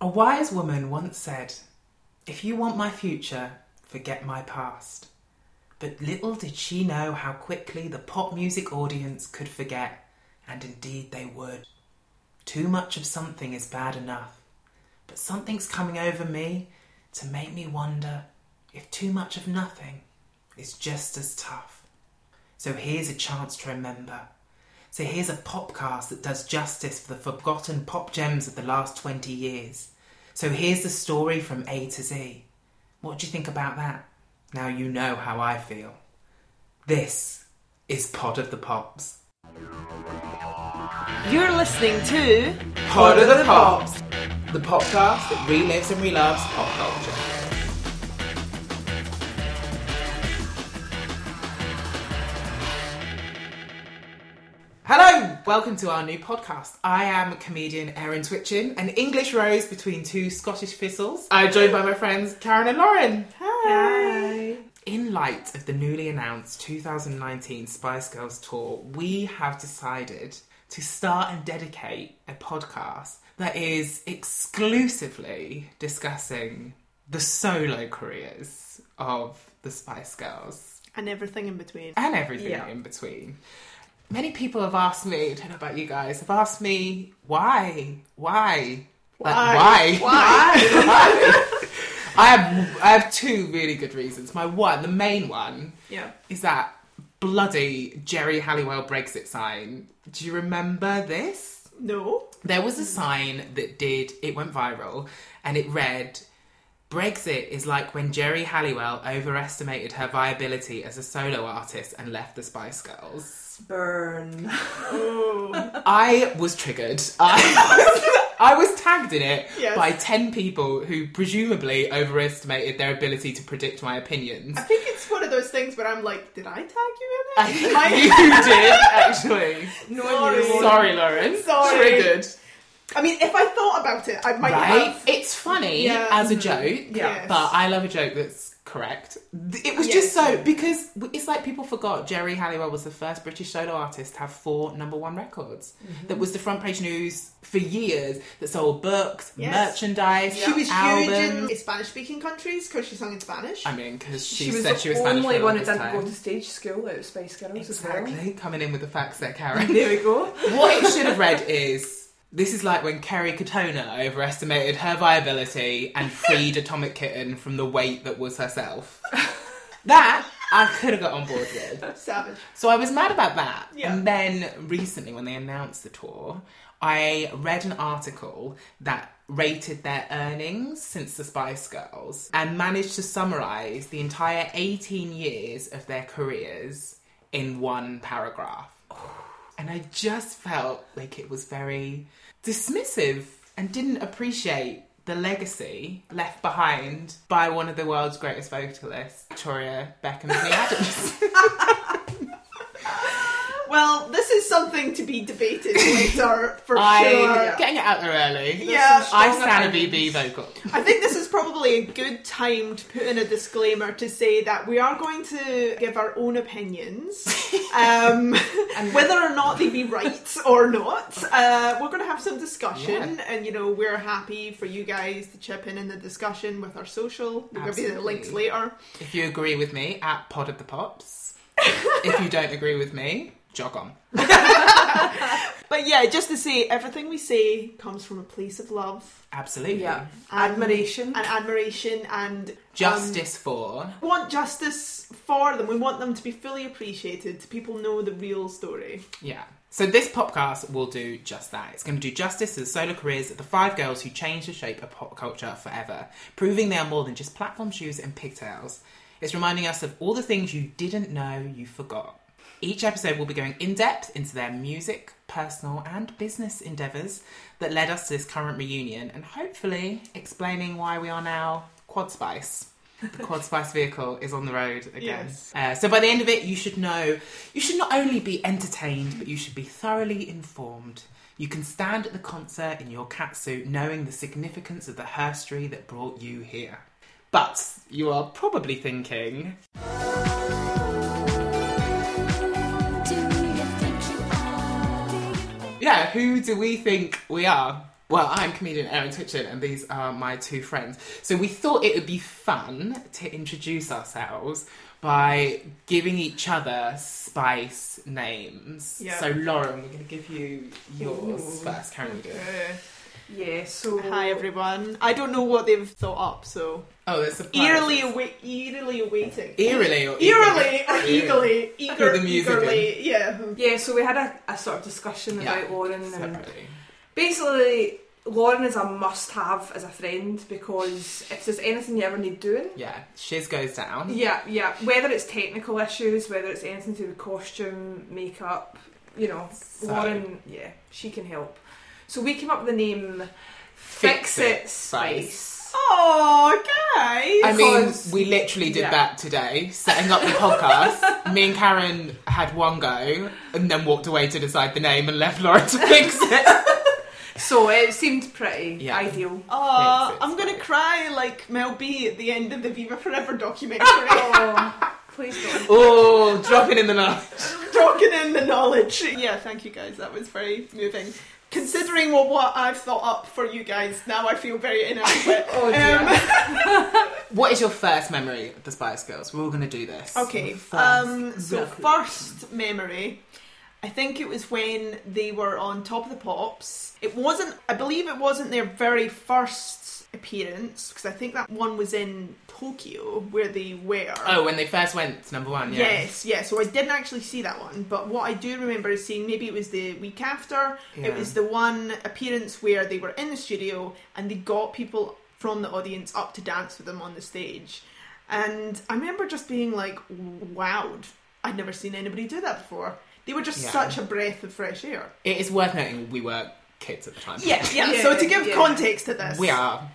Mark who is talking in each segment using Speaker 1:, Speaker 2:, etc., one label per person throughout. Speaker 1: A wise woman once said, If you want my future, forget my past. But little did she know how quickly the pop music audience could forget, and indeed they would. Too much of something is bad enough, but something's coming over me to make me wonder if too much of nothing is just as tough. So here's a chance to remember. So here's a popcast that does justice for the forgotten pop gems of the last 20 years. So here's the story from A to Z. What do you think about that? Now you know how I feel. This is Pod of the Pops.
Speaker 2: You're listening to
Speaker 1: Pod of the Pops! The podcast that relives and reloves pop culture. Hello, welcome to our new podcast. I am comedian Erin Twitchin, an English rose between two Scottish thistles. I'm joined by my friends Karen and Lauren. Hi. In light of the newly announced 2019 Spice Girls tour, we have decided to start and dedicate a podcast that is exclusively discussing the solo careers of the Spice Girls
Speaker 2: and everything in between.
Speaker 1: and everything
Speaker 2: Yeah.
Speaker 1: in between. Many people have asked me, I don't know about you guys, have asked me why, why,
Speaker 2: Why?
Speaker 1: like, why, why. I have I have two really good reasons. My one, the main one,
Speaker 2: Yeah.
Speaker 1: is that bloody Jerry Halliwell Brexit sign. Do you remember this?
Speaker 2: No.
Speaker 1: There was a sign that did, it went viral, and it read, Brexit is like when Jerry Halliwell overestimated her viability as a solo artist and left the Spice Girls.
Speaker 3: Burn.
Speaker 2: Oh.
Speaker 1: I was triggered. I was, I was tagged in it
Speaker 2: Yes.
Speaker 1: by 10 people who presumably overestimated their ability to predict my opinions.
Speaker 2: I think it's one of those things where I'm like, did I tag you in it? Am I-
Speaker 1: you did, actually.
Speaker 2: no,
Speaker 3: Sorry.
Speaker 2: Sorry.
Speaker 1: Sorry, Lauren.
Speaker 2: Sorry.
Speaker 1: Triggered.
Speaker 2: I mean, if I thought about it, I might
Speaker 1: Right?
Speaker 2: have.
Speaker 1: It's funny
Speaker 2: Yeah.
Speaker 1: as a joke.
Speaker 2: Yes.
Speaker 3: Yeah.
Speaker 1: But I love a joke that's correct. Th- It was
Speaker 2: Yes.
Speaker 1: just so because w- it's like people forgot Jerry Halliwell was the first British solo artist to have four number one records.
Speaker 2: Mm-hmm.
Speaker 1: That was the front page news for years. That sold books,
Speaker 2: Yes.
Speaker 1: merchandise,
Speaker 2: She was
Speaker 1: albums.
Speaker 2: huge in Spanish-speaking countries because she sung in Spanish.
Speaker 1: I mean, because she,
Speaker 3: She was
Speaker 1: said
Speaker 3: the
Speaker 1: she was Spanish
Speaker 3: only
Speaker 1: for
Speaker 3: one
Speaker 1: the
Speaker 3: who didn't
Speaker 1: longest
Speaker 3: go
Speaker 1: time.
Speaker 3: to stage school out of Spice Girls as
Speaker 1: Exactly, coming in with the facts there,
Speaker 3: well.
Speaker 1: Karen.
Speaker 3: There we go.
Speaker 1: what it should have read is this is like when Kerry Katona overestimated her viability and freed Atomic Kitten from the weight that was herself. that I could have got on board with.
Speaker 2: Savage.
Speaker 1: So I was mad about that.
Speaker 2: Yeah.
Speaker 1: And then recently, when they announced the tour, I read an article that rated their earnings since the Spice Girls and managed to summarise the entire 18 years of their careers in one paragraph. And I just felt like it was very dismissive and didn't appreciate the legacy left behind by one of the world's greatest vocalists, Victoria Beckham Adams.
Speaker 2: Well, this is something to be debated later for
Speaker 1: I
Speaker 2: sure.
Speaker 1: getting it out there early.
Speaker 2: Yeah. There's some
Speaker 1: I
Speaker 2: strong
Speaker 1: stand a BB vocal.
Speaker 2: I think this is probably a good time to put in a disclaimer to say that we are going to give our own opinions, um, whether or not they be right or not. Uh, we're going to have some discussion, and you know we're happy for you guys to chip in in the discussion with our social. We'll give you the
Speaker 1: Absolutely.
Speaker 2: links later.
Speaker 1: If you agree with me, at Pod of the Pops. if you don't agree with me, jog on.
Speaker 2: But yeah, just to say, everything we say comes from a place of love,
Speaker 1: Absolutely.
Speaker 3: Yeah.
Speaker 2: and-
Speaker 3: Admiration.
Speaker 2: and admiration, and um,
Speaker 1: Justice for
Speaker 2: We want justice for them. We want them to be fully appreciated. People know the real story.
Speaker 1: yeah. So this podcast will do just that. It's going to do justice to the solo careers of the five girls who changed the shape of pop culture forever, proving they are more than just platform shoes and pigtails. It's reminding us of all the things you didn't know you forgot. Each episode will be going in depth into their music, personal, and business endeavours that led us to this current reunion and hopefully explaining why we are now Quad Spice. The Quad Spice vehicle is on the road again.
Speaker 2: Yes.
Speaker 1: Uh, so by the end of it, you should know you should not only be entertained, but you should be thoroughly informed. You can stand at the concert in your catsuit knowing the significance of the herstory that brought you here. But you are probably thinking,
Speaker 4: Do you think you are?
Speaker 1: Yeah, who do we think we are? Well, I'm comedian Erin Titchin, and these are my two friends. So we thought it would be fun to introduce ourselves by giving each other spice names.
Speaker 2: Yeah.
Speaker 1: So Lauren, we're going to give you yours
Speaker 3: Ooh.
Speaker 1: first. Can we do? it?
Speaker 3: Yeah, so.
Speaker 2: Hi everyone. I don't know what they've thought up, so
Speaker 1: Oh, it's a
Speaker 2: eerily awa- eerily awaiting.
Speaker 1: Eerily or
Speaker 2: Eerily or
Speaker 1: Eerily.
Speaker 2: eagerly, eager,
Speaker 1: the music
Speaker 2: eagerly, yeah.
Speaker 3: Yeah, so we had a, a sort of discussion
Speaker 1: Yeah.
Speaker 3: about Lauren and
Speaker 1: Separately.
Speaker 3: basically Lauren is a must have as a friend because if there's anything you ever need doing,
Speaker 1: Yeah, shiz goes down.
Speaker 3: yeah, yeah, whether it's technical issues, whether it's anything to do with costume, makeup, you know,
Speaker 1: So-
Speaker 3: Lauren, yeah, she can help. So we came up with the name
Speaker 1: Fix
Speaker 3: Fix,
Speaker 1: It
Speaker 3: It
Speaker 1: Spice.
Speaker 3: Spice.
Speaker 2: Oh, guys.
Speaker 1: I mean,
Speaker 3: Because-
Speaker 1: we literally did
Speaker 3: yeah.
Speaker 1: that today, setting up the podcast. Me and Karen had one go and then walked away to decide the name and left Laura to fix it.
Speaker 3: So it seemed pretty
Speaker 1: Yeah.
Speaker 3: ideal.
Speaker 2: Aw,
Speaker 1: Makes it
Speaker 2: I'm gonna
Speaker 1: spicy.
Speaker 2: cry like Mel B at the end of the Viva Forever documentary.
Speaker 3: Oh, please don't.
Speaker 1: oh, dropping in the night.
Speaker 2: Talking in the knowledge. Yeah, thank you guys. That was very moving. Considering what, what I've thought up for you guys, now I feel very inadequate.
Speaker 3: Oh dear.
Speaker 1: What is your first memory of the Spice Girls? We're all going to do this.
Speaker 2: Okay.
Speaker 1: First.
Speaker 2: Um, so
Speaker 1: memory.
Speaker 2: first memory, I think it was when they were on Top of the Pops. It wasn't. I believe it wasn't their very first appearance because I think that one was in Tokyo where they were.
Speaker 1: Oh, when they first went to number one, yeah.
Speaker 2: Yes, yes. So I didn't actually see that one, but what I do remember is seeing maybe it was the week after.
Speaker 1: Yeah.
Speaker 2: It was the one appearance where they were in the studio and they got people from the audience up to dance with them on the stage. And I remember just being like wowed. I'd never seen anybody do that before. They were just
Speaker 1: Yeah.
Speaker 2: such a breath of fresh air.
Speaker 1: It is worth noting we were kids at the time.
Speaker 2: Yeah, yeah.
Speaker 3: Yeah,
Speaker 2: so to give
Speaker 3: yeah.
Speaker 2: context to this,
Speaker 1: We are.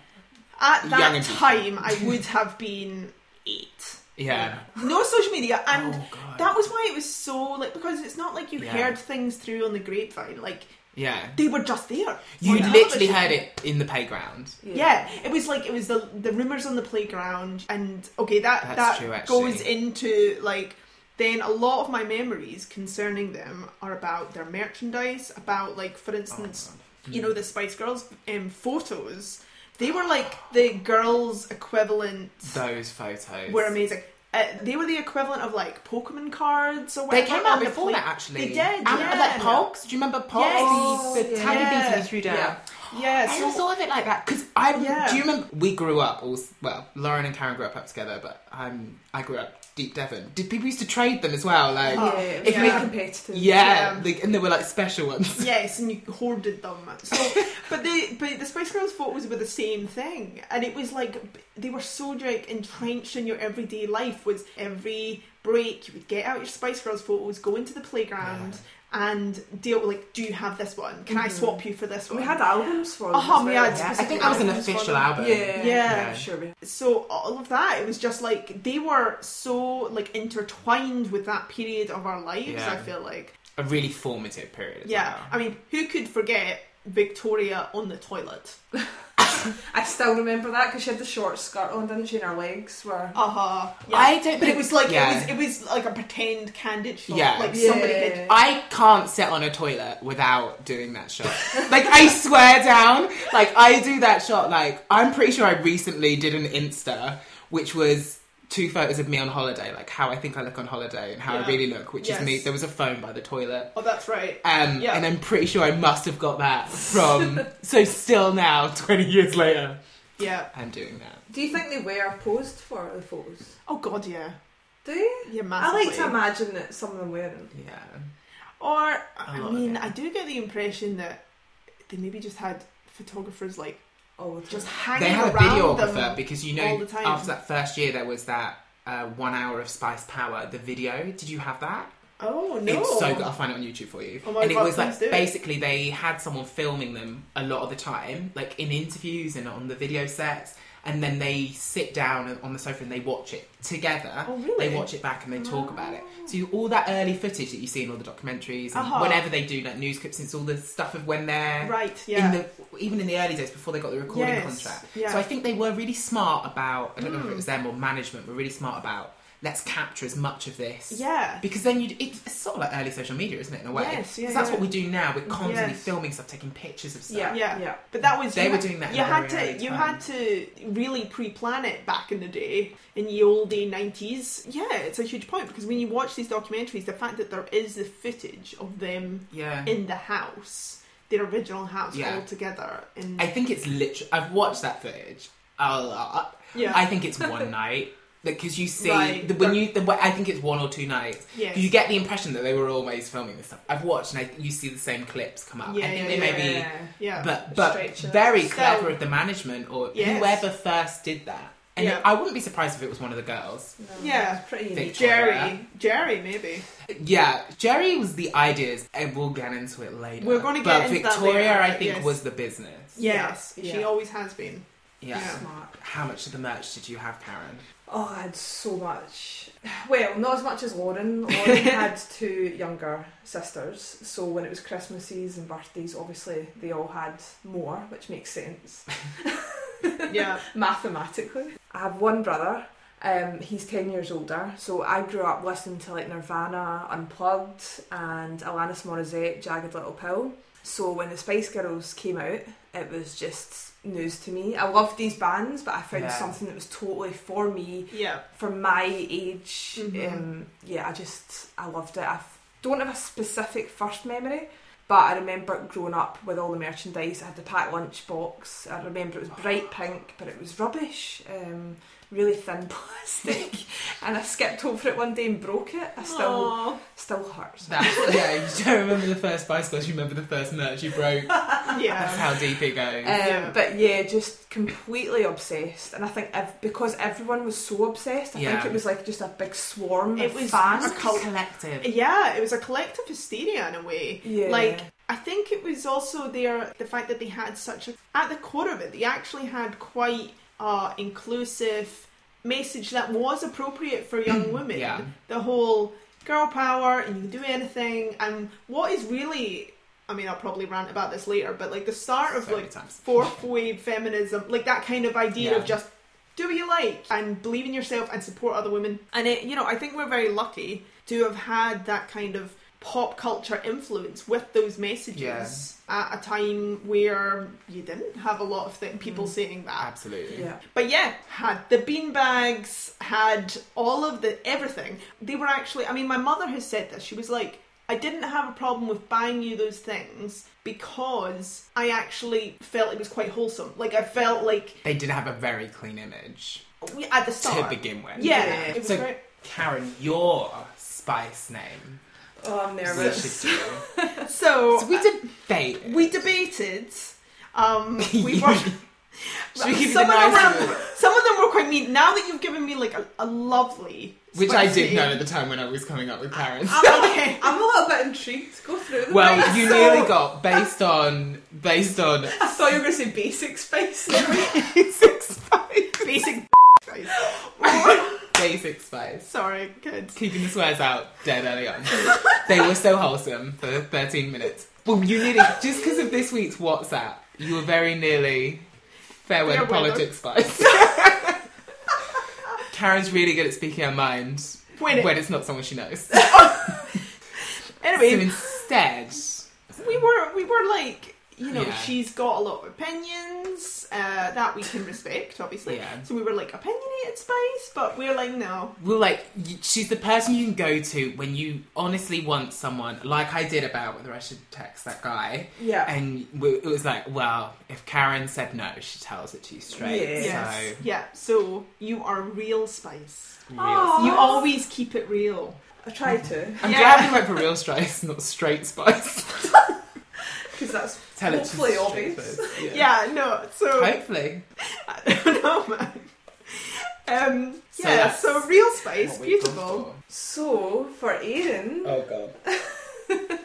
Speaker 2: at
Speaker 1: young
Speaker 2: that
Speaker 1: and beautiful.
Speaker 2: time I would have been eight.
Speaker 1: Yeah.
Speaker 2: No social media and
Speaker 1: oh, God.
Speaker 2: that was why it was so like because it's not like you
Speaker 1: Yeah.
Speaker 2: heard things through on the grapevine. Like
Speaker 1: yeah.
Speaker 2: they were just there.
Speaker 1: You
Speaker 2: on
Speaker 1: literally
Speaker 2: television.
Speaker 1: heard it in the playground.
Speaker 2: Yeah, it was like it was the the rumors on the playground, and okay, that
Speaker 1: That's
Speaker 2: that
Speaker 1: true, actually.
Speaker 2: goes into like then a lot of my memories concerning them are about their merchandise, about like for
Speaker 1: Oh,
Speaker 2: instance, you know the Spice Girls um, photos. They were like
Speaker 1: Oh.
Speaker 2: the girls' equivalent.
Speaker 1: Those photos.
Speaker 2: were amazing. Uh, they were the equivalent of like Pokemon cards or
Speaker 1: They
Speaker 2: whatever.
Speaker 1: came out
Speaker 2: on the
Speaker 1: before
Speaker 2: play-
Speaker 1: that, actually.
Speaker 2: They did,
Speaker 1: And
Speaker 2: yeah.
Speaker 1: like Pogs. Do you remember Pogs?
Speaker 2: Yes.
Speaker 3: Oh,
Speaker 1: the
Speaker 3: yeah.
Speaker 1: tiny
Speaker 2: Yeah.
Speaker 1: beads we threw down.
Speaker 3: Yeah.
Speaker 2: Yeah,
Speaker 1: I
Speaker 2: so
Speaker 1: never thought of it like that because I.
Speaker 2: Yeah.
Speaker 1: Do you remember? We grew up all. s- Well, Lauren and Karen grew up, up together, but I'm. I grew up deep Devon. Did people used to trade them as well? Like,
Speaker 2: Oh,
Speaker 3: yeah,
Speaker 2: if
Speaker 3: very
Speaker 2: we-
Speaker 3: competitive.
Speaker 1: yeah,
Speaker 2: yeah.
Speaker 1: Like, and they were like special ones.
Speaker 2: Yes, and you hoarded them. So, but the but the Spice Girls photos were the same thing, and it was like b- they were so like entrenched in your everyday life. Was every break you would get out your Spice Girls photos, go into the playground, and deal with like, do you have this one? Can I swap you for this one?
Speaker 3: We had albums for them.
Speaker 2: Uh-huh,
Speaker 3: as
Speaker 2: we
Speaker 3: well.
Speaker 2: had
Speaker 1: Yeah, I
Speaker 2: specific
Speaker 1: think that was an
Speaker 2: albums for
Speaker 1: official
Speaker 2: them.
Speaker 1: album.
Speaker 3: Yeah.
Speaker 2: Yeah.
Speaker 3: I'm sure we
Speaker 2: so all of that it was just like they were so like intertwined with that period of our lives.
Speaker 1: Yeah.
Speaker 2: I feel like
Speaker 1: a really formative period. As
Speaker 2: yeah.
Speaker 1: well.
Speaker 2: I mean, who could forget Victoria on the toilet?
Speaker 3: I still remember that because she had the short skirt on, didn't she? And her legs were.
Speaker 2: Uh huh.
Speaker 1: I don't.
Speaker 2: But it
Speaker 1: think-
Speaker 2: was like
Speaker 1: yeah.
Speaker 2: it was it was like a pretend candid shot.
Speaker 1: Yeah.
Speaker 2: Like
Speaker 3: Yeah.
Speaker 2: somebody did.
Speaker 1: I can't sit on a toilet without doing that shot. Like I swear down, like I do that shot. Like I'm pretty sure I recently did an Insta, which was two photos of me on holiday, like how I think I look on holiday and how I
Speaker 2: Yeah.
Speaker 1: really look, which is me.
Speaker 2: Yes.
Speaker 1: There was a phone by the toilet.
Speaker 2: Oh, that's right.
Speaker 1: Um,
Speaker 2: Yeah.
Speaker 1: And I'm pretty sure I must have got that from. so still now, 20 years later,
Speaker 2: Yeah.
Speaker 1: I'm doing that.
Speaker 3: Do you think they were posed for the photos?
Speaker 2: Oh God, yeah.
Speaker 3: Do you?
Speaker 2: Yeah,
Speaker 3: I
Speaker 2: massively.
Speaker 3: like to imagine that some of them weren't.
Speaker 1: Yeah.
Speaker 2: Or
Speaker 1: A
Speaker 2: I
Speaker 1: lot of
Speaker 2: mean,
Speaker 1: it.
Speaker 2: I do get the impression that they maybe just had photographers like
Speaker 3: All the time.
Speaker 2: just hanging
Speaker 1: They had a
Speaker 2: around
Speaker 1: videographer
Speaker 2: them.
Speaker 1: because you
Speaker 2: all
Speaker 1: know
Speaker 2: the time.
Speaker 1: after that first year there was that uh, one hour of Spice Power the video. Did you have that?
Speaker 2: Oh no.
Speaker 1: It's so good. I'll find it on YouTube for you.
Speaker 2: Oh my
Speaker 1: and it
Speaker 2: God,
Speaker 1: was like
Speaker 2: please do.
Speaker 1: basically they had someone filming them a lot of the time, like in interviews and on the video sets. And then they sit down on the sofa and they watch it together.
Speaker 2: Oh, really? Oh.
Speaker 1: They watch it back and they talk about it. So you, all that early footage that you see in all the documentaries and
Speaker 2: Uh-huh.
Speaker 1: whenever they do like news clips, it's all the stuff of when they're
Speaker 2: Right.
Speaker 1: in
Speaker 2: Yeah.
Speaker 1: the even in the early days before they got the recording
Speaker 2: Yes,
Speaker 1: contract.
Speaker 2: yeah. Hmm.
Speaker 1: So I think they were really smart about I don't know if it was them or management were really smart about let's capture as much of this.
Speaker 2: Yeah.
Speaker 1: Because then you, it's it's sort of like early social media, isn't it? In a way,
Speaker 2: Yes, yeah,
Speaker 1: 'Cause that's
Speaker 2: yeah.
Speaker 1: what we do now. We're constantly
Speaker 2: Yes.
Speaker 1: filming stuff, taking pictures of stuff.
Speaker 3: Yeah,
Speaker 2: Yeah.
Speaker 3: yeah,
Speaker 2: But that was
Speaker 1: They
Speaker 2: you
Speaker 1: were
Speaker 2: ha-
Speaker 1: doing that in
Speaker 2: You
Speaker 1: a
Speaker 2: had
Speaker 1: very early
Speaker 2: to you
Speaker 1: time.
Speaker 2: had to really pre-plan it back in the day in the old day nineties. Yeah, it's a huge point because when you watch these documentaries, the fact that there is the footage of them
Speaker 1: Yeah.
Speaker 2: in the house, their original house,
Speaker 1: Mm. Yeah.
Speaker 2: all together. In
Speaker 1: I think it's literally. I've watched that footage a lot.
Speaker 2: Yeah.
Speaker 1: I think it's one night because you see
Speaker 2: Right.
Speaker 1: the, when you. The, I think it's one or two nights.
Speaker 2: Yes.
Speaker 1: 'Cause you get the impression that they were always filming this stuff. I've watched and I, you see the same clips come up.
Speaker 2: Yeah,
Speaker 1: I think
Speaker 2: yeah,
Speaker 1: they may be.
Speaker 3: Yeah.
Speaker 2: yeah,
Speaker 1: But but
Speaker 3: Straight shots.
Speaker 1: very
Speaker 2: So-
Speaker 1: clever of the management or
Speaker 2: Yes.
Speaker 1: whoever first did that. And
Speaker 2: Yeah.
Speaker 1: I wouldn't be surprised if it was one of the girls.
Speaker 3: No,
Speaker 2: Yeah.
Speaker 3: it's pretty
Speaker 1: Think-
Speaker 3: unique.
Speaker 2: Jerry, Jerry, maybe.
Speaker 1: Yeah, Jerry was the ideas, and we'll get into it later.
Speaker 2: We're gonna get
Speaker 1: but
Speaker 2: into that
Speaker 1: Victoria,
Speaker 2: later,
Speaker 1: I think,
Speaker 2: yes.
Speaker 1: was the business.
Speaker 2: Yes,
Speaker 3: Yeah.
Speaker 2: she
Speaker 3: Yeah.
Speaker 2: always has been.
Speaker 1: Yeah.
Speaker 2: Yeah.
Speaker 3: Smart.
Speaker 1: How much of the merch did you have, Karen?
Speaker 3: Oh, I had so much. Well, not as much as Lauren. Lauren had two younger sisters, so when it was Christmases and birthdays, obviously they all had more, which makes sense
Speaker 2: Yeah,
Speaker 3: mathematically. I have one brother. Um, he's ten years older, so I grew up listening to like Nirvana, Unplugged, and Alanis Morissette, Jagged Little Pill. So when the Spice Girls came out, it was just news to me. I loved these bands, but I found
Speaker 1: Yeah.
Speaker 3: something that was totally for me
Speaker 2: yeah,
Speaker 3: for my age,
Speaker 2: Mhm.
Speaker 3: um, yeah, I just I loved it. I f- don't have a specific first memory, but I remember growing up with all the merchandise. I had the packed lunch box. I remember it was bright pink, but it was rubbish, um, really thin plastic, and I skipped over it one day and broke it. I still
Speaker 2: Aw.
Speaker 3: still hurts.
Speaker 1: That, yeah, you don't remember the first bicycles, you remember the first merch you broke. That's
Speaker 2: yeah,
Speaker 1: how deep it goes.
Speaker 3: Um,
Speaker 2: Yeah.
Speaker 3: But yeah, just completely obsessed, and I think ev- because everyone was so obsessed, I
Speaker 1: Yeah.
Speaker 3: think it was like just a big swarm.
Speaker 2: It
Speaker 3: of
Speaker 2: was-
Speaker 3: fans.
Speaker 2: it was cult-
Speaker 1: collective.
Speaker 2: yeah. It was a collective hysteria in a way.
Speaker 3: Yeah.
Speaker 2: Like I think it was also their the fact that they had such a at the core of it they actually had quite uh inclusive message that was appropriate for young women.
Speaker 1: Yeah.
Speaker 2: The whole girl power and you can do anything and what is really I mean I'll probably rant about this later, but like the start of
Speaker 1: So many
Speaker 2: like
Speaker 1: times.
Speaker 2: fourth wave feminism, like that kind of idea
Speaker 1: Yeah.
Speaker 2: of just do what you like and believe in yourself and support other women. And it, you know, I think we're very lucky to have had that kind of pop culture influence with those messages
Speaker 1: Yeah.
Speaker 2: at a time where you didn't have a lot of th-
Speaker 1: Mm.
Speaker 2: people saying that.
Speaker 1: Absolutely.
Speaker 3: yeah.
Speaker 2: But yeah, had the beanbags, had all of the everything. They were actually, I mean, my mother has said this. She was like, I didn't have a problem with buying you those things because I actually felt it was quite wholesome. Like, I felt like
Speaker 1: They did have a very clean image
Speaker 2: we, at the start.
Speaker 1: to begin with.
Speaker 2: Yeah,
Speaker 3: Yeah.
Speaker 2: it was
Speaker 1: So-
Speaker 2: great.
Speaker 1: Karen, your spice name.
Speaker 3: Oh, I'm
Speaker 1: What
Speaker 3: nervous.
Speaker 1: should you- So
Speaker 2: So uh,
Speaker 1: we debate.
Speaker 2: we debated. Um, we were,
Speaker 1: Should we keep it
Speaker 2: some, of them
Speaker 1: nice
Speaker 2: were, some of them were quite mean. Now that you've given me like a, a lovely,
Speaker 1: Which I
Speaker 2: spicy- Um,
Speaker 1: did know at the time when I was coming up with Karen.
Speaker 2: I'm okay.
Speaker 3: I'm a little bit intrigued. Go through them.
Speaker 1: Well, you
Speaker 3: So-
Speaker 1: nearly got based on based on
Speaker 3: I thought you were going to say basic spice.
Speaker 1: basic spice.
Speaker 2: Basic. guys.
Speaker 1: Basic spice.
Speaker 2: Sorry, kids.
Speaker 1: keeping the swears out dead early on. they were so wholesome for 13 minutes. Well, you nearly, just because of this week's WhatsApp, you were very nearly fair weather
Speaker 2: Fair weather.
Speaker 1: politics spice. Karen's really good at speaking her mind
Speaker 2: When it-
Speaker 1: when it's not someone she knows. So
Speaker 2: Anyway,
Speaker 1: instead,
Speaker 2: we were we were like you know
Speaker 1: Yeah.
Speaker 2: she's got a lot of opinions uh, that we can respect obviously
Speaker 1: Yeah.
Speaker 2: so we were like opinionated spice but we are like no
Speaker 1: we're like, y- she's the person you can go to when you honestly want someone, like I did about whether I should text that guy.
Speaker 3: yeah.
Speaker 1: And we, it was like, well, if Karen said no, she tells it to you straight.
Speaker 3: Yes.
Speaker 2: yes
Speaker 1: So
Speaker 2: yeah so you are real spice
Speaker 1: real
Speaker 3: Aw.
Speaker 2: you always keep it real
Speaker 3: I tried to,
Speaker 1: I'm
Speaker 2: Oh, Yeah.
Speaker 1: glad we went for real spice, not straight spice.
Speaker 3: because that's
Speaker 1: Tell it to
Speaker 3: hopefully
Speaker 1: straight
Speaker 3: obvious.
Speaker 1: spice,
Speaker 2: yeah, no so
Speaker 1: Hopefully.
Speaker 2: I don't know, man. Um,
Speaker 1: So
Speaker 2: yeah,
Speaker 1: that's
Speaker 2: so, real spice,
Speaker 1: What we've
Speaker 2: beautiful.
Speaker 1: gone
Speaker 3: So, for Erin,
Speaker 1: for. Oh god.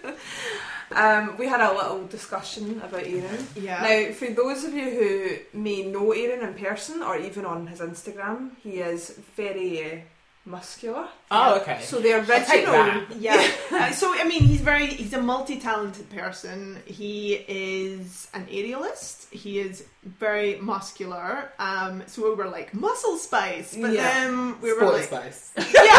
Speaker 3: um, we had a little discussion about Erin.
Speaker 2: Yeah.
Speaker 3: Now, for those of you who may know Erin in person or even on his Instagram, he is very uh, muscular.
Speaker 1: Oh, okay.
Speaker 3: So the
Speaker 1: take
Speaker 3: original.
Speaker 1: that.
Speaker 2: Yeah. Uh, so I mean, he's very he's a multi-talented person. He is an aerialist. He is very muscular. Um, so we were like muscle spice, but
Speaker 3: Yeah.
Speaker 2: then we were
Speaker 1: Sports
Speaker 2: like,
Speaker 1: spice.
Speaker 2: yeah, yeah.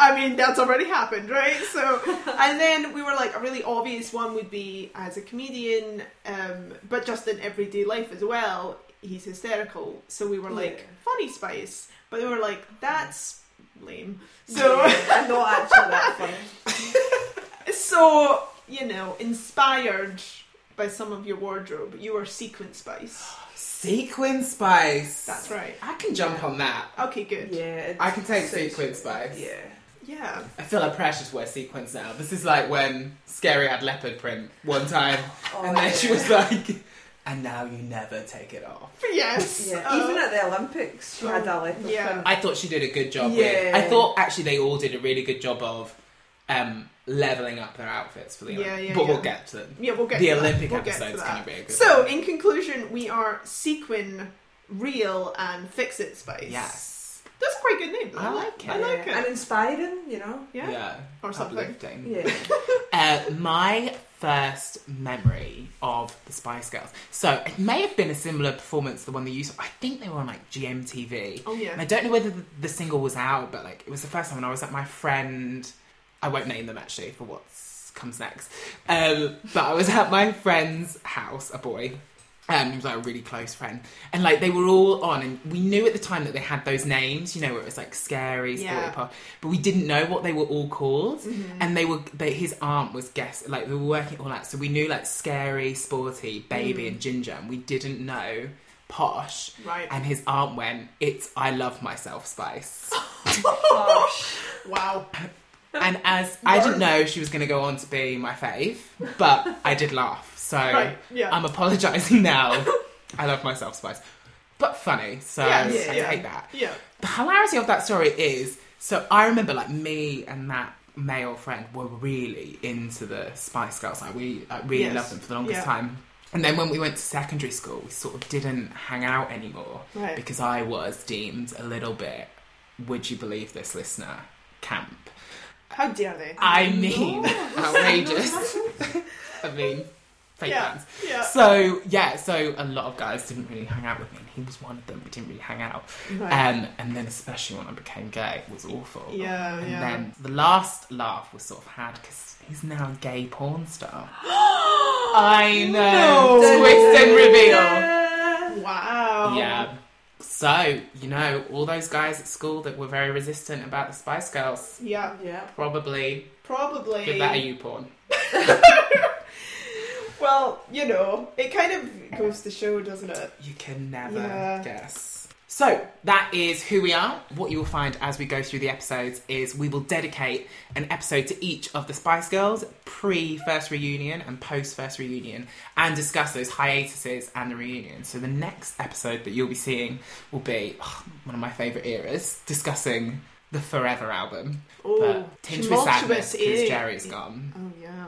Speaker 2: I mean, that's already happened, right? So, and then we were like, a really obvious one would be as a comedian, um, but just in everyday life as well. He's hysterical, so we were like
Speaker 3: Yeah.
Speaker 2: funny spice, but we were like, that's lame. So.
Speaker 3: Yeah, not actually that funny.
Speaker 2: So, you know, inspired by some of your wardrobe, you are sequin spice.
Speaker 1: Sequin spice.
Speaker 2: That's right.
Speaker 1: I can jump on that.
Speaker 2: Okay, good.
Speaker 3: Yeah, it
Speaker 1: I can take
Speaker 3: suits
Speaker 1: sequin
Speaker 3: you.
Speaker 1: spice.
Speaker 3: Yeah.
Speaker 2: Yeah.
Speaker 1: I feel like pressure to wear sequins now. This is like when Scary had leopard print one time,
Speaker 3: Oh,
Speaker 1: and then she
Speaker 3: yeah.
Speaker 1: was like, "And now you never take it off."
Speaker 2: Yes.
Speaker 3: Yeah,
Speaker 2: uh,
Speaker 3: even at the Olympics, she had that leopard
Speaker 2: Yeah.
Speaker 3: print.
Speaker 1: I thought she did a good job.
Speaker 3: Yeah.
Speaker 1: With, I thought actually they all did a really good job of um, leveling up their outfits for the
Speaker 2: Yeah,
Speaker 1: Olympics.
Speaker 2: yeah,
Speaker 1: but
Speaker 2: yeah.
Speaker 1: we'll get to them.
Speaker 2: yeah, we'll get
Speaker 1: the
Speaker 2: to that.
Speaker 1: Olympic
Speaker 2: We'll get to
Speaker 1: episode's going
Speaker 2: that.
Speaker 1: to be a good.
Speaker 2: So,
Speaker 1: one.
Speaker 2: in conclusion, we are sequin, real, and fix it spice.
Speaker 1: yes,
Speaker 2: That's a quite good name. I,
Speaker 1: I
Speaker 2: like
Speaker 1: like
Speaker 2: it. I like
Speaker 3: Yeah, And
Speaker 2: it.
Speaker 3: inspiring, you know?
Speaker 2: Yeah. Or something.
Speaker 1: uplifting.
Speaker 3: Yeah.
Speaker 1: Uh, my first memory of the Spice Girls. So it may have been a similar performance to the one they used. I think they were on like GMTV.
Speaker 2: Oh, yeah.
Speaker 1: And I don't know whether the, the single was out, but like it was the first time when I was at my friend. I won't name them actually for what comes next. Um, but I was at my friend's house, a boy. Um, he was like a really close friend, and like they were all on, and we knew at the time that they had those names, you know, where it was like scary, sporty
Speaker 2: Yeah. Mm-hmm.
Speaker 1: pop, but we didn't know what they were all called, and they were, they, his aunt was guess, like they were working it all out, so we knew like scary, sporty,
Speaker 2: Mm.
Speaker 1: baby, and ginger, and we didn't know posh,
Speaker 2: Right.
Speaker 1: and his aunt went, "It's I love myself, Spice."
Speaker 3: Gosh.
Speaker 2: Wow.
Speaker 1: and as I didn't know she was going to go on to be my fave, but I did laugh. So
Speaker 2: Right, yeah.
Speaker 1: I'm apologising now. I love myself, Spice, but funny. So
Speaker 2: Yes,
Speaker 1: I
Speaker 2: yeah.
Speaker 1: take that.
Speaker 2: Yeah.
Speaker 1: The hilarity of that story is so I remember like me and that male friend were really into the Spice Girls. Like we like, really
Speaker 2: Yes,
Speaker 1: loved them for the longest
Speaker 2: yeah.
Speaker 1: time. And then when we went to secondary school, we sort of didn't hang out anymore
Speaker 2: Right.
Speaker 1: because I was deemed a little bit. Would you believe this, listener? Camp.
Speaker 2: How dare they?
Speaker 1: I mean, outrageous. I mean, fake
Speaker 2: Yeah. uh,
Speaker 1: fans.
Speaker 2: Yeah.
Speaker 1: So yeah, so a lot of guys didn't really hang out with me, and he was one of them. We didn't really hang out,
Speaker 2: Right.
Speaker 1: um, and then especially when I became gay, it was awful.
Speaker 2: Yeah,
Speaker 1: And
Speaker 2: yeah.
Speaker 1: then the last laugh was sort of had because he's now a gay porn star. I know.
Speaker 2: No.
Speaker 1: Twist and Oh, reveal.
Speaker 3: Yeah.
Speaker 2: wow.
Speaker 1: Yeah. Um, So you know, all those guys at school that were very resistant about the Spice Girls
Speaker 2: Yeah.
Speaker 3: Yeah.
Speaker 1: probably
Speaker 2: Probably.
Speaker 1: give that a you porn.
Speaker 2: Well, you know, it kind of goes to show, doesn't it?
Speaker 1: You can never
Speaker 2: Yeah.
Speaker 1: guess. So that is who we are. What you will find as we go through the episodes is we will dedicate an episode to each of the Spice Girls pre first reunion and post first reunion and discuss those hiatuses and the reunion. So the next episode that you'll be seeing will be oh, one of my favourite eras discussing the Forever album.
Speaker 2: Oh,
Speaker 1: but tinged with sadness because Jerry's gone.
Speaker 2: Oh yeah.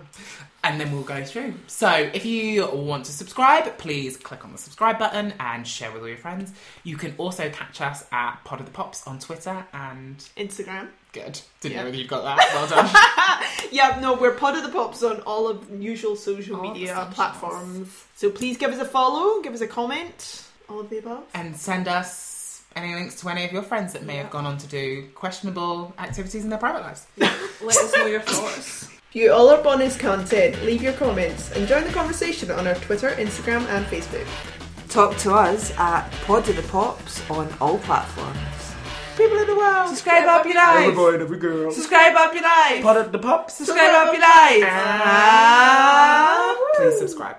Speaker 1: and then we'll go through. So if you want to subscribe, please click on the subscribe button and share with all your friends. You can also catch us at Pod of the Pops on Twitter and
Speaker 2: Instagram.
Speaker 1: good. Didn't
Speaker 2: Yeah.
Speaker 1: know whether you'd got that. Well done.
Speaker 2: Yeah, no, we're Pod of the Pops on all of the usual social
Speaker 1: All the
Speaker 2: media
Speaker 1: socials.
Speaker 2: platforms. So please give us a follow, give us a comment, all of the above.
Speaker 1: and send us any links to any of your friends that may
Speaker 3: Yeah.
Speaker 1: have gone on to do questionable activities in their private lives.
Speaker 3: Let us know your thoughts.
Speaker 2: You all are bonus content. Leave your comments and join the conversation on our Twitter, Instagram, and Facebook.
Speaker 3: Talk to us at Pod of the Pops on all platforms.
Speaker 2: People in the world,
Speaker 3: Subscribe up your eyes.
Speaker 1: every girl.
Speaker 3: Subscribe up your eyes. Ah.
Speaker 1: of the Pops.
Speaker 3: Subscribe up your eyes.
Speaker 1: Please subscribe.